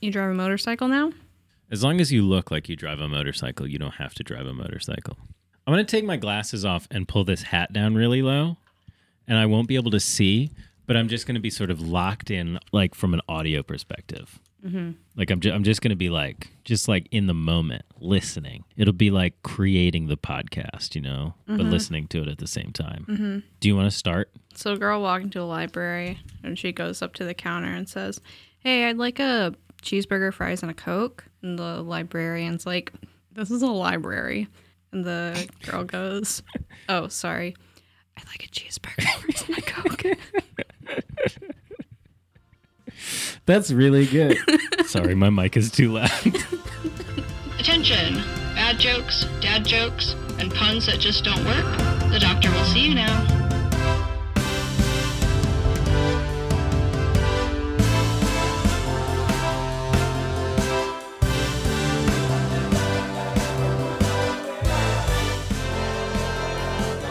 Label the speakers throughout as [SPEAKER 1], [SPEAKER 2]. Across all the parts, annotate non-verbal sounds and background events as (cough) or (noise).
[SPEAKER 1] You drive a motorcycle now?
[SPEAKER 2] As long as you look like you drive a motorcycle, you don't have to drive a motorcycle. I'm going to take my glasses off and pull this hat down really low, and I won't be able to see, but I'm just going to be sort of locked in, like from an audio perspective. Like I'm, ju- I'm just going to be like, just like in the moment, listening. It'll be like creating the podcast, you know, but listening to it at the same time. Do you want to start?
[SPEAKER 1] So a girl walked into a library and she goes up to the counter and says, Hey, I'd like a cheeseburger, fries, and a Coke. And the librarian's like, This is a library. And the girl goes, Oh, sorry. I'd like a cheeseburger, (laughs) fries, and a Coke.
[SPEAKER 2] That's really good. (laughs) Sorry, my mic is too loud.
[SPEAKER 3] (laughs) Attention! Bad jokes, dad jokes, and puns that just don't work. The doctor will see you now.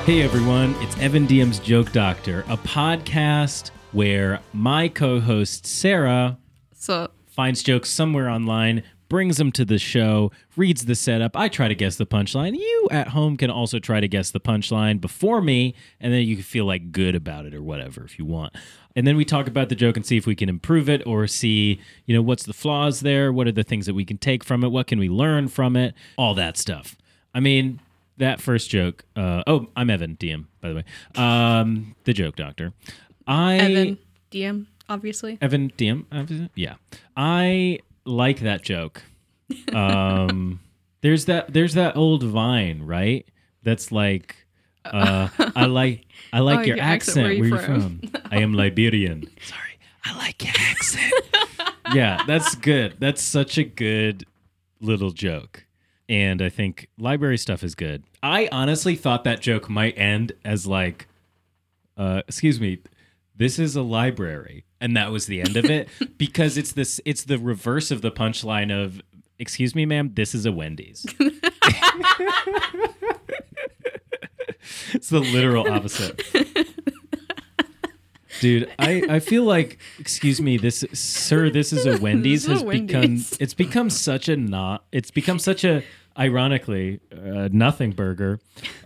[SPEAKER 2] Hey everyone, it's Evan Diem's Joke Doctor, a podcast where my co host Sarah
[SPEAKER 1] So
[SPEAKER 2] finds jokes somewhere online, brings them to the show, reads the setup. I try to guess the punchline. You at home can also try to guess the punchline before me, and then you can feel like good about it or whatever if you want. And then we talk about the joke and see if we can improve it or see, you know, what's the flaws there? What are the things that we can take from it? What can we learn from it? All that stuff. I mean, that first joke. Uh, oh, I'm Evan, DM, by the way. Um, the joke doctor. I
[SPEAKER 1] Evan, DM, obviously.
[SPEAKER 2] Evan DM. Evan- Yeah, I like that joke. (laughs) Um, there's that. There's that old Vine, right? That's like, uh, I like. I like
[SPEAKER 1] Oh,
[SPEAKER 2] your,
[SPEAKER 1] your
[SPEAKER 2] accent.
[SPEAKER 1] accent, where you
[SPEAKER 2] Where you from?
[SPEAKER 1] from?
[SPEAKER 2] I am Liberian. (laughs) Sorry, I like your accent. (laughs) yeah, that's good. That's such a good little joke. And I think library stuff is good. I honestly thought that joke might end as like, uh, excuse me, this is a library, and that was the end of it because it's this. It's the reverse of the punchline of, excuse me, ma'am, this is a Wendy's. it's the literal opposite. Dude, I, I feel like excuse me, this sir, this is a Wendy's
[SPEAKER 1] This is
[SPEAKER 2] has
[SPEAKER 1] a
[SPEAKER 2] become
[SPEAKER 1] Wendy's.
[SPEAKER 2] it's become such a not it's become such a ironically uh, nothing burger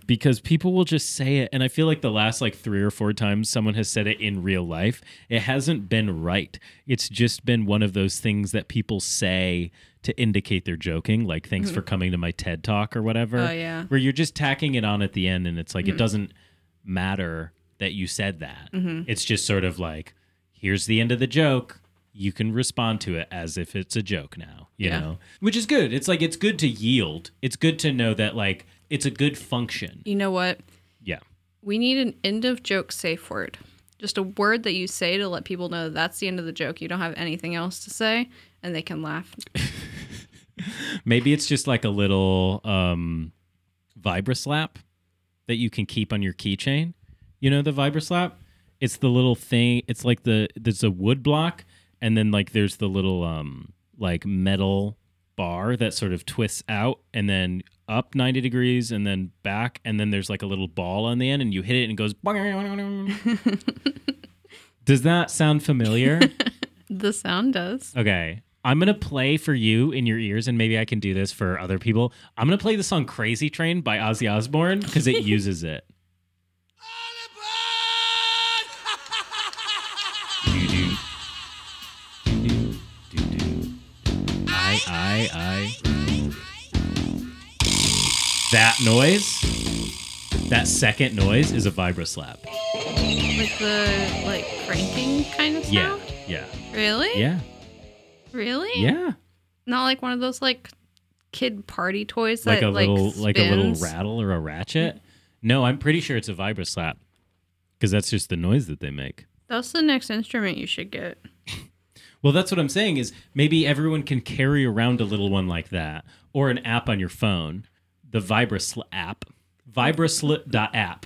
[SPEAKER 2] because people will just say it and I feel like the last like 3 or 4 times someone has said it in real life, it hasn't been right. It's just been one of those things that people say to indicate they're joking, like thanks for coming to my TED talk or whatever
[SPEAKER 1] Mm-hmm. Oh, yeah.
[SPEAKER 2] where you're just tacking it on at the end and it's like it doesn't matter that you said that it's just sort of like here's the end of the joke you can respond to it as if it's a joke now you
[SPEAKER 1] Yeah.
[SPEAKER 2] know which is good it's like it's good to yield it's good to know that like it's a good function
[SPEAKER 1] You know what?
[SPEAKER 2] yeah
[SPEAKER 1] We need an end of joke safe word. Just a word that you say to let people know that's the end of the joke. You don't have anything else to say, and they can laugh.
[SPEAKER 2] maybe it's just like a little um vibra slap that you can keep on your keychain you know the vibra slap it's the little thing it's like the there's a wood block and then like there's the little um like metal bar that sort of twists out and then up 90 degrees and then back and then there's like a little ball on the end and you hit it and it goes (laughs) does that sound familiar
[SPEAKER 1] The sound does.
[SPEAKER 2] Okay. I'm going to play for you in your ears, and maybe I can do this for other people. I'm going to play the song Crazy Train by Ozzy Osbourne because it uses it. I, I, I. That noise, that second noise is a vibra slap.
[SPEAKER 1] Like the like cranking kind of
[SPEAKER 2] Yeah,
[SPEAKER 1] sound.
[SPEAKER 2] yeah,
[SPEAKER 1] Really?
[SPEAKER 2] yeah,
[SPEAKER 1] Really?
[SPEAKER 2] yeah.
[SPEAKER 1] Not like one of those like kid party toys that
[SPEAKER 2] like a little
[SPEAKER 1] spins.
[SPEAKER 2] like a little rattle or a ratchet. No, I'm pretty sure it's a vibra slap because that's just the noise that they make.
[SPEAKER 1] That's the next instrument you should
[SPEAKER 2] (laughs)
[SPEAKER 1] get.
[SPEAKER 2] Well, that's what I'm saying is maybe everyone can carry around a little one like that or an app on your phone, the Vibrasl app, (laughs) vibrasl.app.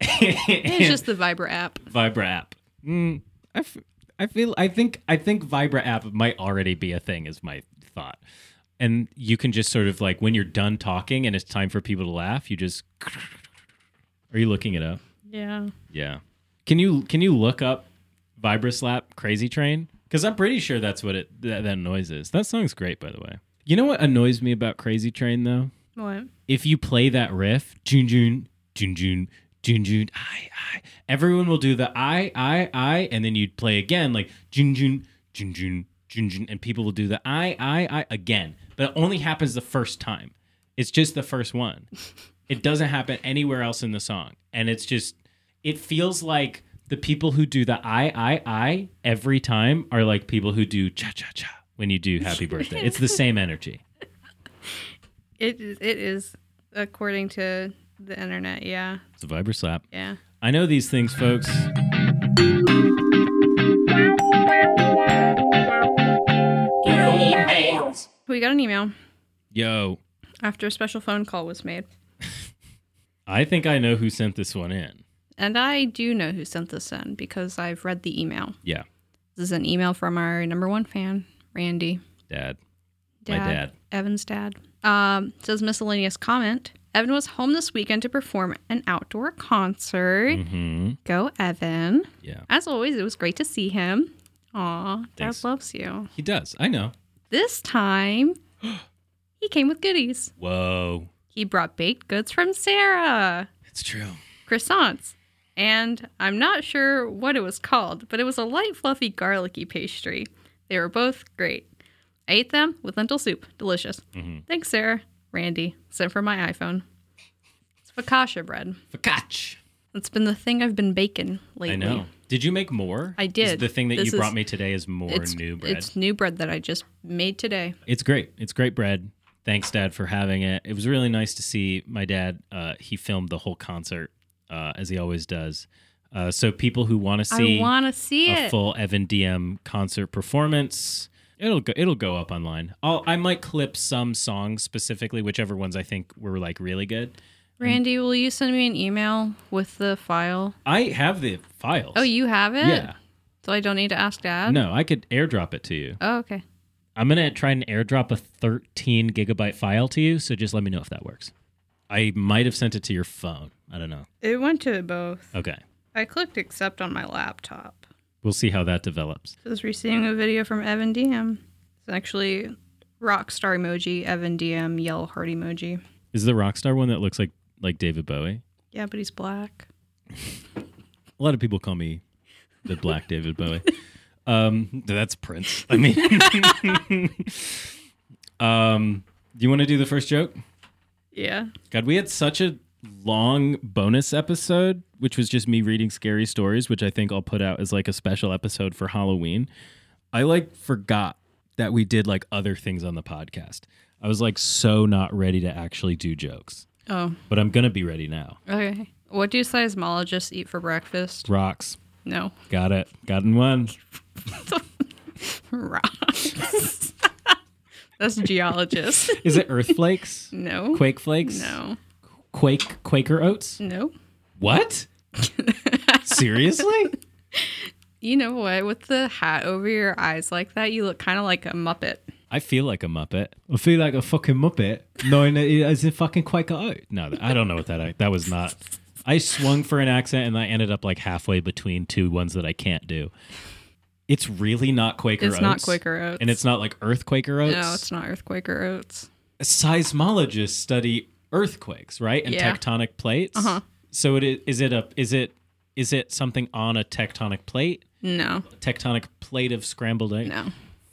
[SPEAKER 1] It's just the Vibra app.
[SPEAKER 2] Vibra app. Mm, I, f- I feel I think I think Vibra app might already be a thing is my thought. And you can just sort of like when you're done talking and it's time for people to laugh, you just (laughs) Are you looking it up?
[SPEAKER 1] Yeah.
[SPEAKER 2] Yeah. Can you can you look up Vibra slap crazy train? Because I'm pretty sure that's what it that, that noise is. That song's great, by the way. You know what annoys me about Crazy Train though?
[SPEAKER 1] What?
[SPEAKER 2] If you play that riff, June June June June June June I I, everyone will do the I I I, and then you'd play again like June June June June June June, and people will do the I I I again, but it only happens the first time. It's just the first (laughs) one. It doesn't happen anywhere else in the song, and it's just it feels like the people who do the I I I every time are like people who do cha cha cha when you do (laughs) Happy Birthday. It's the same energy.
[SPEAKER 1] It is, it is according to the internet. Yeah,
[SPEAKER 2] It's a vibra slap.
[SPEAKER 1] yeah.
[SPEAKER 2] I know these things, folks.
[SPEAKER 1] We got an email
[SPEAKER 2] Yo,
[SPEAKER 1] after a special phone call was made,
[SPEAKER 2] I think I know who sent this one in.
[SPEAKER 1] and I do know who sent this in because I've read the email.
[SPEAKER 2] Yeah,
[SPEAKER 1] This is an email from our number one fan, Randy.
[SPEAKER 2] Dad. My dad.
[SPEAKER 1] Evan's dad. Um, says miscellaneous comment. Evan was home this weekend to perform an outdoor concert.
[SPEAKER 2] Mm-hmm.
[SPEAKER 1] Go, Evan.
[SPEAKER 2] Yeah,
[SPEAKER 1] As always, it was great to see him. Aw, Dad
[SPEAKER 2] Thanks.
[SPEAKER 1] loves you.
[SPEAKER 2] he does. I know.
[SPEAKER 1] This
[SPEAKER 2] (gasps)
[SPEAKER 1] time, he came with goodies.
[SPEAKER 2] Whoa,
[SPEAKER 1] He brought baked goods from Sarah,
[SPEAKER 2] it's true.
[SPEAKER 1] croissants, and I'm not sure what it was called, but it was a light, fluffy, garlicky pastry. They were both great. I ate them with lentil soup. Delicious.
[SPEAKER 2] Mhm.
[SPEAKER 1] Thanks, Sarah. Randy, sent from my iPhone. It's focaccia bread.
[SPEAKER 2] Focaccia.
[SPEAKER 1] It's been the thing I've been baking lately.
[SPEAKER 2] I know. Did you make more?
[SPEAKER 1] I
[SPEAKER 2] Is
[SPEAKER 1] did.
[SPEAKER 2] the thing that
[SPEAKER 1] This
[SPEAKER 2] you brought
[SPEAKER 1] is-
[SPEAKER 2] me today is more new bread.
[SPEAKER 1] It's new bread that I just made today.
[SPEAKER 2] It's great. It's great bread. Thanks, Dad, for having it. It was really nice to see my dad. Uh, he filmed the whole concert, uh, as he always does. Uh, so people who want to see
[SPEAKER 1] I want to see
[SPEAKER 2] a
[SPEAKER 1] it.
[SPEAKER 2] full Evan DM concert performance, it'll go. It'll go up online. I'll, I might clip some songs specifically, whichever ones I think were like really good.
[SPEAKER 1] Randy, will you send me an email with the file?
[SPEAKER 2] I have the files.
[SPEAKER 1] Oh, you have it?
[SPEAKER 2] Yeah.
[SPEAKER 1] So I don't need to ask dad?
[SPEAKER 2] No, I could airdrop it to you.
[SPEAKER 1] Oh, okay.
[SPEAKER 2] I'm gonna try and airdrop a 13 gigabyte file to you. So just let me know if that works. I might have sent it to your phone. I don't know.
[SPEAKER 1] It went to both.
[SPEAKER 2] Okay.
[SPEAKER 1] I clicked accept on my laptop.
[SPEAKER 2] We'll see how that develops.
[SPEAKER 1] It says receiving a video from Evan DM. It's actually rock star emoji, Evan DM, yell heart emoji.
[SPEAKER 2] Is the Rockstar one that looks like like David Bowie?
[SPEAKER 1] Yeah, but he's black.
[SPEAKER 2] A lot of people call me the Black David Bowie. Um, that's Prince. I mean, (laughs) um, do you want to do the first joke?
[SPEAKER 1] Yeah.
[SPEAKER 2] God, we had such a long bonus episode, which was just me reading scary stories, which I think I'll put out as like a special episode for Halloween. I like forgot that we did like other things on the podcast. I was like so not ready to actually do jokes,
[SPEAKER 1] Oh,
[SPEAKER 2] but I'm gonna be ready now.
[SPEAKER 1] okay. What do seismologists eat for breakfast?
[SPEAKER 2] Rocks,
[SPEAKER 1] No. (laughs)
[SPEAKER 2] got it, gotten one.
[SPEAKER 1] Rocks. (laughs) That's geologists.
[SPEAKER 2] Is it Earth Flakes?
[SPEAKER 1] No.
[SPEAKER 2] Quake Flakes?
[SPEAKER 1] No.
[SPEAKER 2] Quake Quaker Oats?
[SPEAKER 1] No. (laughs)
[SPEAKER 2] What? Seriously?
[SPEAKER 1] You know what? With the hat over your eyes like that, you look kind of like a Muppet.
[SPEAKER 2] I feel like a Muppet. I feel like a fucking Muppet, knowing that it is a fucking Quaker Oat. No, I don't know what that that was not. I swung for an accent and I ended up like halfway between two ones that I can't do. It's really not Quaker
[SPEAKER 1] It's
[SPEAKER 2] Oats.
[SPEAKER 1] not Quaker Oats.
[SPEAKER 2] And it's not like Earth Quaker Oats.
[SPEAKER 1] No, it's not Earthquaker Oats.
[SPEAKER 2] Seismologists study earthquakes, right? And
[SPEAKER 1] Yeah.
[SPEAKER 2] tectonic plates. Uh-huh. So it is, is it a is it is it something on a tectonic plate?
[SPEAKER 1] No.
[SPEAKER 2] Tectonic plate of scrambled egg?
[SPEAKER 1] No.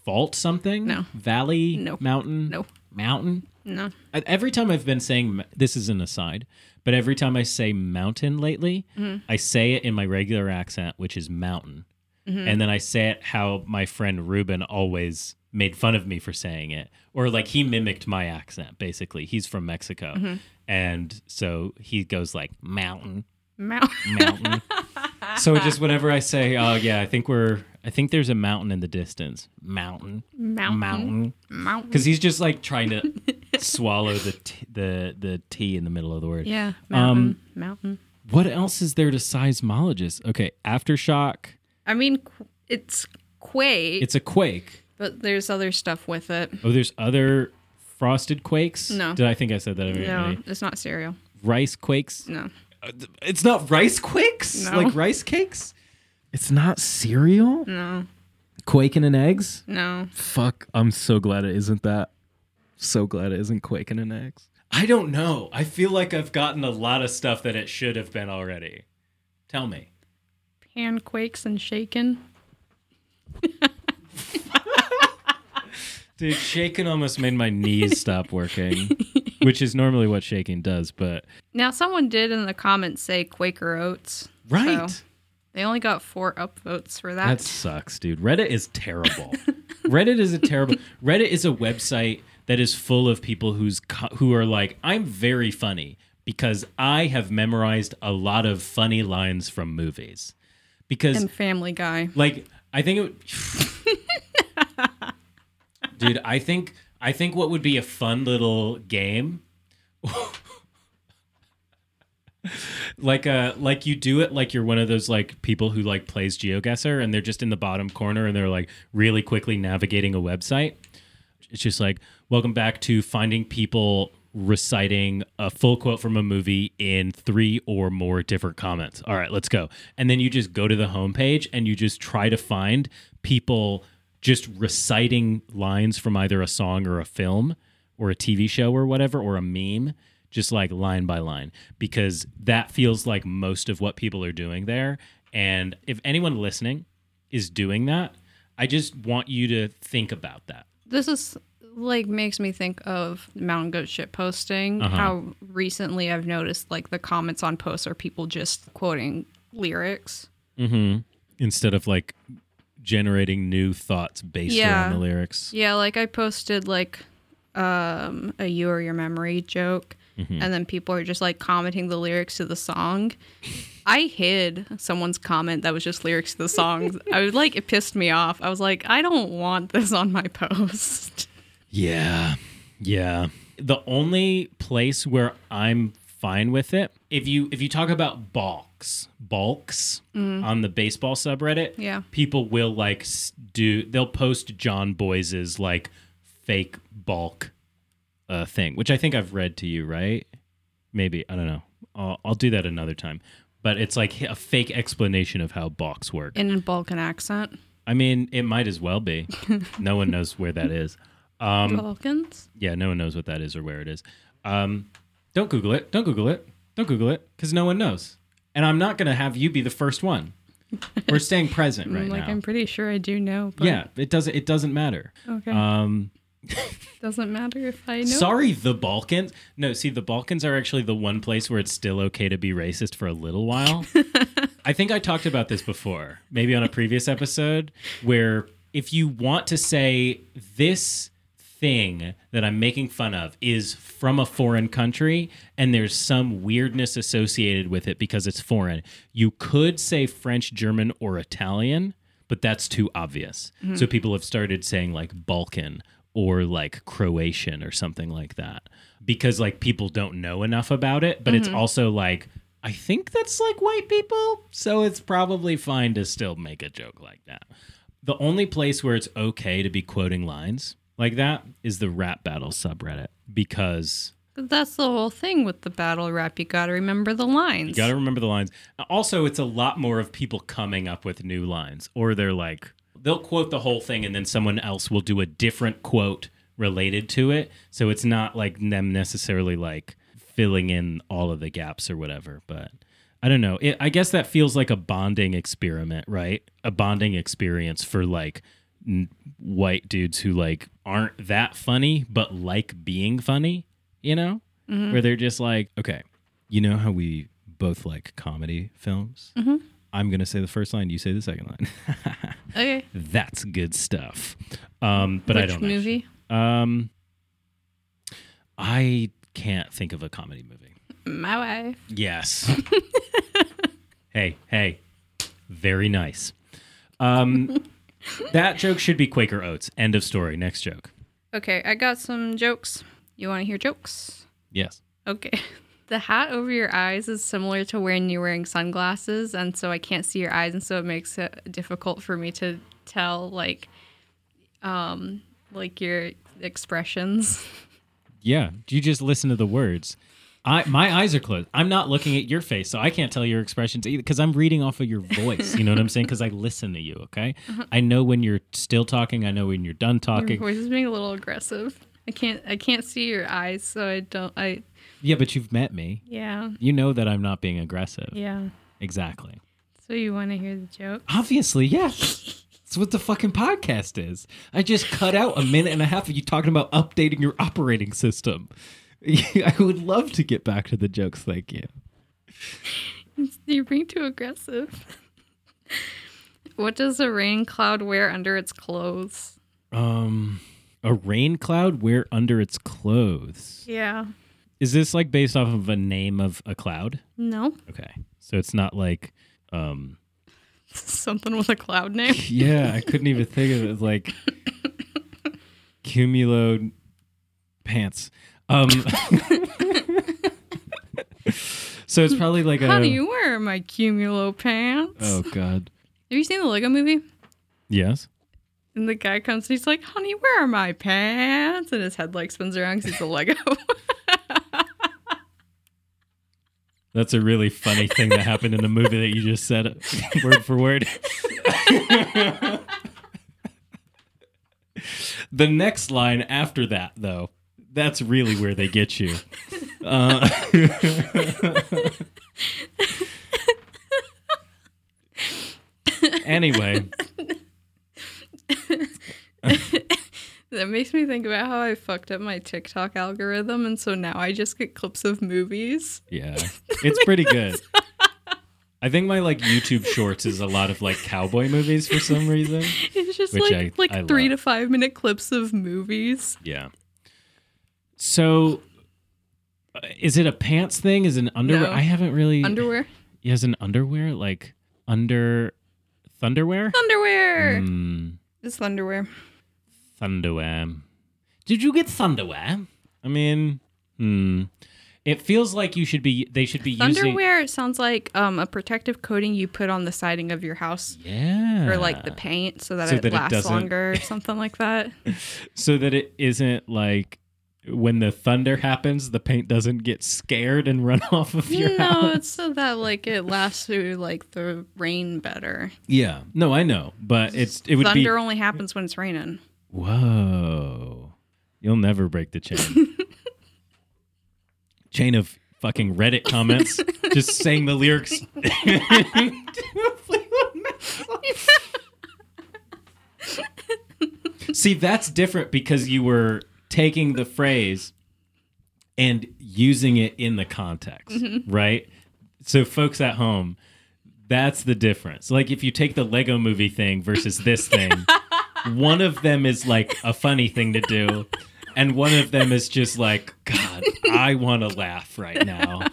[SPEAKER 2] Fault something?
[SPEAKER 1] No.
[SPEAKER 2] Valley?
[SPEAKER 1] No.
[SPEAKER 2] Mountain?
[SPEAKER 1] No.
[SPEAKER 2] Mountain?
[SPEAKER 1] No.
[SPEAKER 2] I- Every time I've been saying this is an aside, but every time I say mountain lately,
[SPEAKER 1] Mm-hmm.
[SPEAKER 2] I say it in my regular accent, which is mountain,
[SPEAKER 1] Mm-hmm.
[SPEAKER 2] and then I say it how my friend Ruben always made fun of me for saying it, or like he mimicked my accent. Basically, he's from Mexico,
[SPEAKER 1] Mm-hmm.
[SPEAKER 2] and so he goes like mountain,
[SPEAKER 1] Mount.
[SPEAKER 2] mountain. so it just whenever I say, oh yeah, I think we're, I think there's a mountain in the distance, mountain,
[SPEAKER 1] (laughs) Mountain.
[SPEAKER 2] mountain
[SPEAKER 1] Mountain.
[SPEAKER 2] because he's just like
[SPEAKER 1] (laughs)
[SPEAKER 2] trying to swallow the t- the the T in the middle of the word.
[SPEAKER 1] Yeah. Mountain. mountain.
[SPEAKER 2] What else is there to seismologists? Okay, aftershock.
[SPEAKER 1] I mean, qu- it's quake,
[SPEAKER 2] It's a quake.
[SPEAKER 1] but there's other stuff with it.
[SPEAKER 2] Oh, there's other frosted quakes.
[SPEAKER 1] No.
[SPEAKER 2] did I think I said that already?
[SPEAKER 1] No, it's not cereal.
[SPEAKER 2] Rice quakes.
[SPEAKER 1] No.
[SPEAKER 2] Uh, th- It's not rice quakes.
[SPEAKER 1] No.
[SPEAKER 2] Like rice cakes. It's not cereal.
[SPEAKER 1] No.
[SPEAKER 2] Quaking in eggs?
[SPEAKER 1] No.
[SPEAKER 4] Fuck, I'm so glad it isn't that. So glad it isn't Quaking in Eggs.
[SPEAKER 2] I don't know. I feel like I've gotten a lot of stuff that it should have been already. Tell me.
[SPEAKER 1] Pan quakes and shaken.
[SPEAKER 2] Dude, shaking almost made my knees stop working, which is normally what shaking does, but
[SPEAKER 1] Now, someone did in the comments say Quaker Oats.
[SPEAKER 2] right.
[SPEAKER 1] So they only got four upvotes for that.
[SPEAKER 2] That sucks, dude. Reddit is terrible. (laughs) Reddit is a terrible. Reddit is a website that is full of people who's co- who are like, I'm very funny because I have memorized a lot of funny lines from movies. Because
[SPEAKER 1] and Family Guy.
[SPEAKER 2] like I think it would- Dude, I think I think what would be a fun little game (laughs) like uh like you do it like you're one of those like people who like plays geoguesser and they're just in the bottom corner and they're like really quickly navigating a website it's just like welcome back to finding people reciting a full quote from a movie in three or more different comments all right let's go and then you just go to the homepage and you just try to find people just reciting lines from either a song or a film or a tv show or whatever or a meme just like line by line because that feels like most of what people are doing there and if anyone listening is doing that i just want you to think about that
[SPEAKER 1] This is like makes me think of mountain goat shit posting. How recently I've noticed like the comments on posts are people just quoting lyrics.
[SPEAKER 2] Mm-hmm. instead of like generating new thoughts based
[SPEAKER 1] Yeah.
[SPEAKER 2] around the lyrics.
[SPEAKER 1] Yeah, like I posted like um a you or your memory joke
[SPEAKER 2] Mm-hmm.
[SPEAKER 1] and then people are just like commenting the lyrics to the song. I hid someone's comment that was just lyrics to the song. I was like it pissed me off. I was like I don't want this on my post. (laughs)
[SPEAKER 2] Yeah. Yeah. The only place where I'm fine with it, if you if you talk about balks, balks on the baseball subreddit,
[SPEAKER 1] Mm. Yeah.
[SPEAKER 2] people will like s- do they'll post John Boyce's like fake balk uh, thing, which I think I've read to you, right? Maybe I don't know. I'll, I'll do that another time. But it's like a fake explanation of how balks work.
[SPEAKER 1] In a Balkan accent.
[SPEAKER 2] I mean, it might as well be. no one knows where that is. Um,
[SPEAKER 1] Balkans?
[SPEAKER 2] Yeah, no one knows what that is or where it is. Um, don't Google it. Don't Google it. Don't Google it because no one knows. And I'm not going to have you be the first one. We're
[SPEAKER 1] (laughs)
[SPEAKER 2] staying present right
[SPEAKER 1] Mm, like
[SPEAKER 2] now.
[SPEAKER 1] I'm pretty sure I do know, but
[SPEAKER 2] yeah, it doesn't. It doesn't matter.
[SPEAKER 1] okay.
[SPEAKER 2] Um,
[SPEAKER 1] Doesn't matter if I know.
[SPEAKER 2] Sorry, the Balkans. No, see, the Balkans are actually the one place where it's still okay to be racist for a
[SPEAKER 1] (laughs)
[SPEAKER 2] little while. I think I talked about this before, maybe on a previous episode, where if you want to say this thing that I'm making fun of is from a foreign country and there's some weirdness associated with it because it's foreign, you could say French, German, or Italian, but that's too obvious. So people have started saying like Balkan or like Croatian or something like that because like people don't know enough about it, but it's also like I think that's like white people, so it's probably fine to still make a joke like that. The only place where it's okay to be quoting lines like that is the rap battle subreddit because
[SPEAKER 1] But That's the whole thing with the battle rap. You gotta remember the lines.
[SPEAKER 2] you got to remember the lines. Also, it's a lot more of people coming up with new lines, or they're like, they'll quote the whole thing and then someone else will do a different quote related to it. So it's not like them necessarily like filling in all of the gaps or whatever. But I don't know. It, I guess that feels like a bonding experiment, right? A bonding experience for like n- white dudes who like aren't that funny, but like being funny, you know?
[SPEAKER 1] Mm-hmm.
[SPEAKER 2] Where they're just like, okay, you know how we both like comedy films?
[SPEAKER 1] Mm-hmm.
[SPEAKER 2] I'm going to say the first line, you say the second line. (laughs)
[SPEAKER 1] okay.
[SPEAKER 2] That's good stuff. Um, but
[SPEAKER 1] Which
[SPEAKER 2] I don't
[SPEAKER 1] movie?
[SPEAKER 2] actually- Um, I can't think of a comedy movie.
[SPEAKER 1] My wife. (laughs)
[SPEAKER 2] Yes. hey, hey. Very nice. Um, that joke should be Quaker Oats. End of story. Next joke.
[SPEAKER 1] Okay, I got some jokes. You wanna hear jokes?
[SPEAKER 2] Yes.
[SPEAKER 1] Okay. (laughs) The hat over your eyes is similar to when you're wearing sunglasses, and so I can't see your eyes, and so it makes it difficult for me to tell like, um, like your expressions. (laughs)
[SPEAKER 2] Yeah. You just listen to the words. I my eyes are closed. I'm not looking at your face, so I can't tell your expressions either because I'm reading off of your voice. You know what I'm saying? Because I listen to you. Okay, I know when you're still talking. I know when you're done
[SPEAKER 1] Uh-huh. Your
[SPEAKER 2] talking.
[SPEAKER 1] voice is being a little aggressive. I can't I can't see your eyes, so I don't I
[SPEAKER 2] Yeah, but you've met me.
[SPEAKER 1] yeah.
[SPEAKER 2] You know that I'm not being aggressive.
[SPEAKER 1] Yeah.
[SPEAKER 2] Exactly.
[SPEAKER 1] So you want to hear the joke?
[SPEAKER 2] Obviously, yes. That's what the fucking podcast is. I just cut out a minute and a half of you talking about updating your operating system. (laughs) I would love to get back to the jokes. Thank you.
[SPEAKER 1] (laughs) You're being too aggressive. (laughs) what does a rain cloud wear under its clothes?
[SPEAKER 2] Um, a rain cloud wear under its clothes.
[SPEAKER 1] Yeah.
[SPEAKER 2] Is this like based off of a name of a cloud?
[SPEAKER 1] No.
[SPEAKER 2] Okay, so it's not like, um,
[SPEAKER 1] (laughs)
[SPEAKER 2] (laughs)
[SPEAKER 1] Something with a cloud name.
[SPEAKER 2] yeah, I couldn't even think of it It's like cumulo pants. Um, (laughs) so it's probably like
[SPEAKER 1] How
[SPEAKER 2] a.
[SPEAKER 1] do you wear my cumulo pants?
[SPEAKER 2] oh God.
[SPEAKER 1] Have you seen the Lego movie?
[SPEAKER 2] Yes.
[SPEAKER 1] And the guy comes and he's like, honey, where are my pants? And his head like spins around because he's a Lego. (laughs)
[SPEAKER 2] That's a really funny thing that happened in the movie that you just said (laughs) word for word. the next line after that, though, that's really where they get you. Uh, (laughs) anyway,
[SPEAKER 1] that makes me think about how I fucked up my TikTok algorithm. And so now I just get clips of movies. (laughs)
[SPEAKER 2] yeah, it's pretty good. I think my like YouTube shorts is a lot of like cowboy movies for some reason.
[SPEAKER 1] It's just
[SPEAKER 2] Which
[SPEAKER 1] like
[SPEAKER 2] I-
[SPEAKER 1] like
[SPEAKER 2] I
[SPEAKER 1] three
[SPEAKER 2] love.
[SPEAKER 1] to five minute clips of movies.
[SPEAKER 2] Yeah. So, uh, is it a pants thing? Is it an underwear?
[SPEAKER 1] No.
[SPEAKER 2] I haven't really.
[SPEAKER 1] Underwear.
[SPEAKER 2] He has an underwear, like under thunderwear.
[SPEAKER 1] Underwear.
[SPEAKER 2] Mm,
[SPEAKER 1] It's underwear.
[SPEAKER 2] thunderwear. Did you get thunderwear? I mean, hmm. It feels like you should be. They should be using.
[SPEAKER 1] Underwear sounds like um, a protective coating you put on the siding of your house
[SPEAKER 2] Yeah.
[SPEAKER 1] or like the paint so that
[SPEAKER 2] So
[SPEAKER 1] it
[SPEAKER 2] that it
[SPEAKER 1] lasts
[SPEAKER 2] doesn't-
[SPEAKER 1] longer or something like
[SPEAKER 2] (laughs)
[SPEAKER 1] that.
[SPEAKER 2] so that it isn't like when the thunder happens, the paint doesn't get scared and run (laughs) off of your
[SPEAKER 1] no,
[SPEAKER 2] house.
[SPEAKER 1] it's so that like it lasts through like the rain better.
[SPEAKER 2] Yeah. No, I know, but it's it would be
[SPEAKER 1] Thunder only happens when it's raining.
[SPEAKER 2] Whoa. You'll never break the chain. chain of fucking Reddit comments just saying the lyrics. See, that's different because you were taking the phrase and using it in the context, right? So, folks at home, that's the difference. Like, if you take the Lego movie thing versus this thing one of them is like a funny thing to do and one of them is just like god i want to laugh right now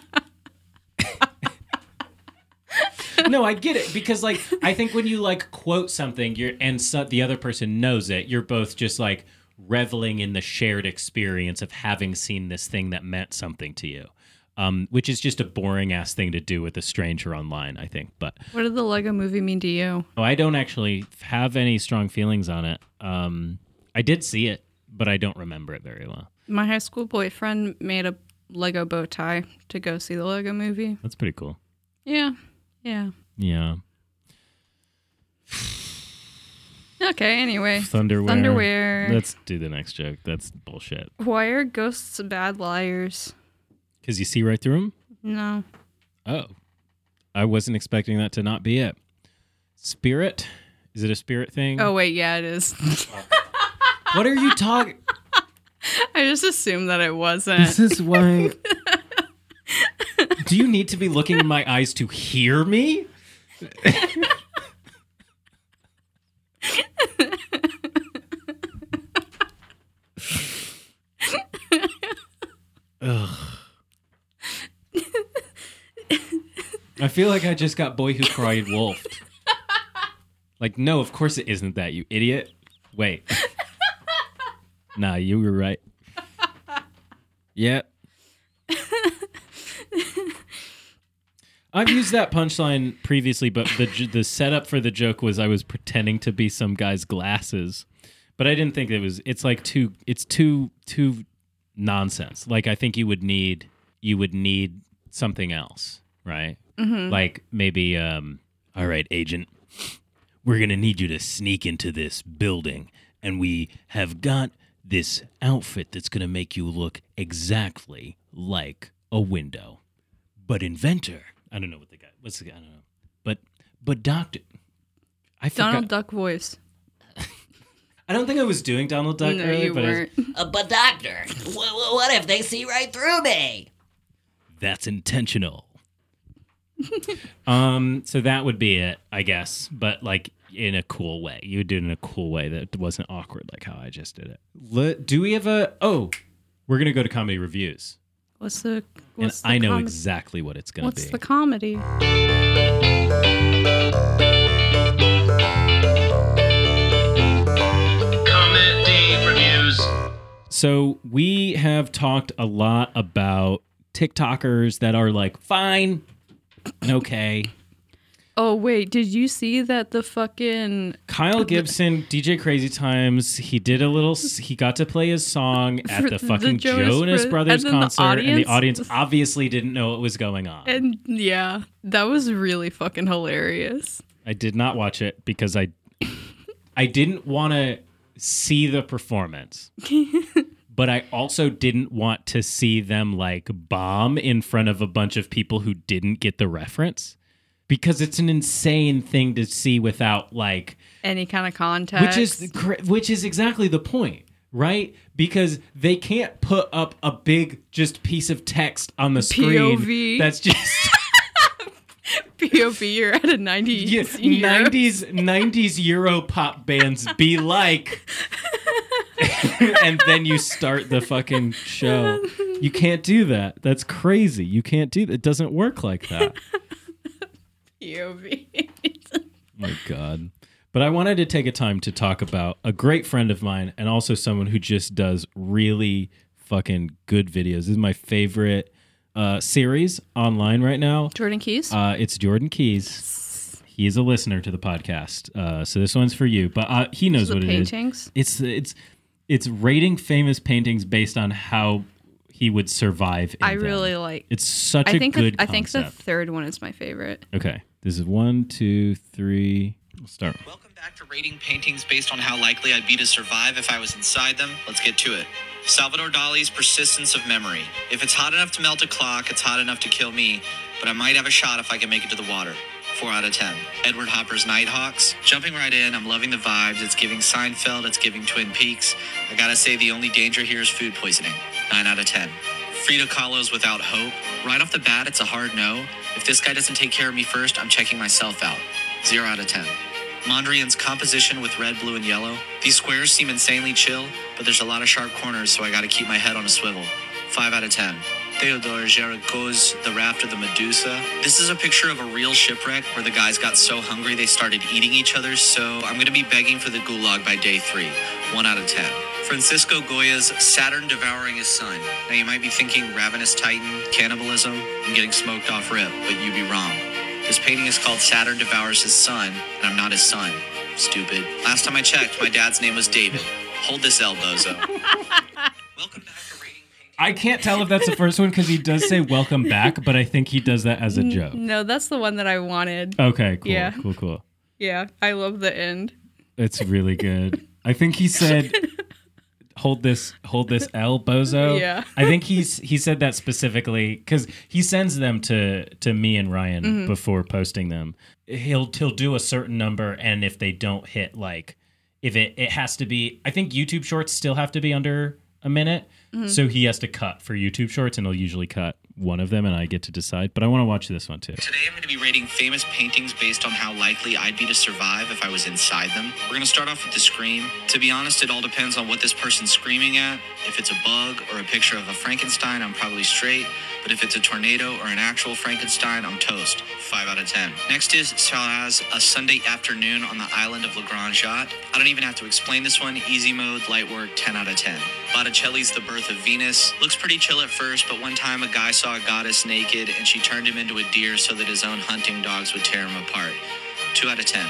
[SPEAKER 2] no i get it because like i think when you like quote something you're and so, the other person knows it you're both just like reveling in the shared experience of having seen this thing that meant something to you um, which is just a boring ass thing to do with a stranger online i think but
[SPEAKER 1] What did the Lego movie mean to you?
[SPEAKER 2] Oh, I don't actually have any strong feelings on it. Um, I did see it, but I don't remember it very well.
[SPEAKER 1] My high school boyfriend made a Lego bow tie to go see the Lego movie.
[SPEAKER 2] That's pretty cool.
[SPEAKER 1] Yeah. Yeah.
[SPEAKER 2] Yeah.
[SPEAKER 1] Okay, anyway.
[SPEAKER 2] Thunderwear.
[SPEAKER 1] Thunderwear.
[SPEAKER 2] Let's do the next joke. That's bullshit.
[SPEAKER 1] Why are ghosts bad liars?
[SPEAKER 2] Because you see right through them?
[SPEAKER 1] No.
[SPEAKER 2] Oh. I wasn't expecting that to not be it. Spirit? Is it a spirit thing?
[SPEAKER 1] Oh wait, yeah, it is. (laughs)
[SPEAKER 2] What are you talking?
[SPEAKER 1] I just assumed that it
[SPEAKER 4] This
[SPEAKER 2] (laughs)
[SPEAKER 1] wasn't.
[SPEAKER 4] is why
[SPEAKER 2] do you need to be looking in my eyes to hear me? Ugh. I feel like I just got boy who cried wolf. Like, no, of course it isn't that, you idiot. Wait. nah, you were right. Yeah. I've used that punchline previously, but the j- the setup for the joke was I was pretending to be some guy's glasses, but I didn't think it was. It's like too. It's too too nonsense. Like I think you would need you would need something else, right?
[SPEAKER 1] Mm-hmm.
[SPEAKER 2] Like maybe, um, all right, agent, we're going to need you to sneak into this building. And we have got this outfit that's going to make you look exactly like a window. But inventor, I don't know what the guy, what's the guy, I don't know. But, but doctor, I forgot.
[SPEAKER 1] Donald Duck voice.
[SPEAKER 2] I don't think I was doing Donald Duck
[SPEAKER 1] no,
[SPEAKER 2] earlier,
[SPEAKER 1] you
[SPEAKER 2] but I was-
[SPEAKER 1] weren't.
[SPEAKER 5] Uh, (laughs) but doctor, wh- wh- what if they see right through me?
[SPEAKER 2] that's intentional. (laughs) um, so that would be it, I guess, but like in a cool way. You would do it in a cool way that wasn't awkward, like how I just did it. Le- do we have a? Oh, we're gonna go to comedy reviews,
[SPEAKER 1] What's the what's
[SPEAKER 2] and I
[SPEAKER 1] the
[SPEAKER 2] know
[SPEAKER 1] comi-
[SPEAKER 2] exactly what it's gonna
[SPEAKER 1] What's
[SPEAKER 2] be.
[SPEAKER 1] the comedy?
[SPEAKER 6] Comedy reviews.
[SPEAKER 2] So we have talked a lot about TikTokers that are like fine and okay.
[SPEAKER 1] Oh wait, did you see that the fucking (laughs)
[SPEAKER 2] Kyle Gibson, DJ Crazy Times, he did a little. He got to play his
[SPEAKER 1] (laughs)
[SPEAKER 2] song at
[SPEAKER 1] For
[SPEAKER 2] the
[SPEAKER 1] the
[SPEAKER 2] fucking
[SPEAKER 1] Jonas
[SPEAKER 2] Jonas,
[SPEAKER 1] Bro-
[SPEAKER 2] Brothers
[SPEAKER 1] and then the
[SPEAKER 2] concert, and the
[SPEAKER 1] audience-
[SPEAKER 2] audience obviously didn't know what was going on.
[SPEAKER 1] and yeah, that was really fucking hilarious.
[SPEAKER 2] I did not watch it because I, I didn't want to see
[SPEAKER 1] (laughs)
[SPEAKER 2] the performance, but I also didn't want to see them like bomb in front of a bunch of people who didn't get the reference, because it's an insane thing to see without like
[SPEAKER 1] Any kind of context.
[SPEAKER 2] which is cor- which is exactly the point right because they can't put up a big just piece of text on the screen
[SPEAKER 1] POV.
[SPEAKER 2] that's just
[SPEAKER 1] (laughs) POV. You're at a 90
[SPEAKER 2] (laughs)
[SPEAKER 1] (laughs)
[SPEAKER 2] yeah, 90s 90s euro pop bands be like and then you start the fucking show you can't do that that's crazy you can't do that it doesn't work like that
[SPEAKER 1] POV.
[SPEAKER 2] my god but i wanted to take a time to talk about a great friend of mine and also someone who just does really fucking good videos this is my favorite uh, series online right now
[SPEAKER 1] Jordan Keys.
[SPEAKER 2] uh, it's jordan keys he is a listener to the podcast uh, so this one's for you but uh, he knows
[SPEAKER 1] the
[SPEAKER 2] what it is
[SPEAKER 1] paintings.
[SPEAKER 2] it's it's it's rating famous paintings based on how he would survive in
[SPEAKER 1] I
[SPEAKER 2] them.
[SPEAKER 1] really like.
[SPEAKER 2] it's such
[SPEAKER 1] I
[SPEAKER 2] a
[SPEAKER 1] think the-
[SPEAKER 2] good
[SPEAKER 1] I think the
[SPEAKER 2] concept.
[SPEAKER 1] third one is my favorite.
[SPEAKER 2] okay this is one two three we'll start
[SPEAKER 7] Welcome back to rating paintings based on how likely I'd be to survive if I was inside them. Let's get to it. Salvador Dali's Persistence of Memory. If it's hot enough to melt a clock, it's hot enough to kill me, but I might have a shot if I can make it to the water. 4 out of 10. Edward Hopper's Nighthawks. Jumping right in, I'm loving the vibes. It's giving Seinfeld, it's giving Twin Peaks. I gotta say, the only danger here is food poisoning. 9 out of 10. Frida Kahlo's Without Hope. Right off the bat, it's a hard no. If this guy doesn't take care of me first, I'm checking myself out. 0 out of 10. Mondrian's composition with red, blue, and yellow. These squares seem insanely chill, but there's a lot of sharp corners, so I gotta keep my head on a swivel. 5 out of 10. Theodore Géricault's The Raft of the Medusa. This is a picture of a real shipwreck where the guys got so hungry they started eating each other, so I'm gonna be begging for the gulag by day 3. 1 out of 10. Francisco Goya's Saturn devouring his son. Now you might be thinking ravenous titan, cannibalism, and getting smoked off rip, but you'd be wrong. This painting is called Saturn devours his son, and I'm not his son. Stupid. Last time I checked, my dad's name was David. Hold this elbow, Bozo. Welcome back to Rating Painting.
[SPEAKER 2] I can't tell if that's the first one because he does say "Welcome back," but I think he does that as a joke.
[SPEAKER 1] No, that's the one that I wanted.
[SPEAKER 2] Okay,
[SPEAKER 1] Mm-hmm.
[SPEAKER 2] cool,
[SPEAKER 1] Yeah.
[SPEAKER 2] cool, cool.
[SPEAKER 1] Yeah, I love the end.
[SPEAKER 2] It's really good. I think he said, "Hold this, hold this, L, bozo."
[SPEAKER 1] Yeah.
[SPEAKER 2] I think he's he said that specifically because he sends them to to me and Ryan before posting them. He'll he'll do a certain number, and if they don't hit, like if it it has to be, I think YouTube Shorts still have to be under a minute, so he has to cut for YouTube Shorts, and he'll usually cut one of them, and I get to decide. But I want to watch this one too.
[SPEAKER 7] Today I'm going to be rating famous paintings based on how likely I'd be to survive if I was inside them. We're going to start off with the scream. To be honest, it all depends on what this person's screaming at. If it's a bug or a picture of a Frankenstein, I'm probably straight. But if it's a tornado or an actual Frankenstein, I'm toast. 5 out of 10. Next is Salaz, a Sunday afternoon on the island of La Grande Jatte. I don't even have to explain this one. Easy mode, light work, 10 out of 10. Botticelli's The Birth of Venus. Looks pretty chill at first, but one time a guy saw a goddess naked and she turned him into a deer so that his own hunting dogs would tear him apart. 2 out of 10.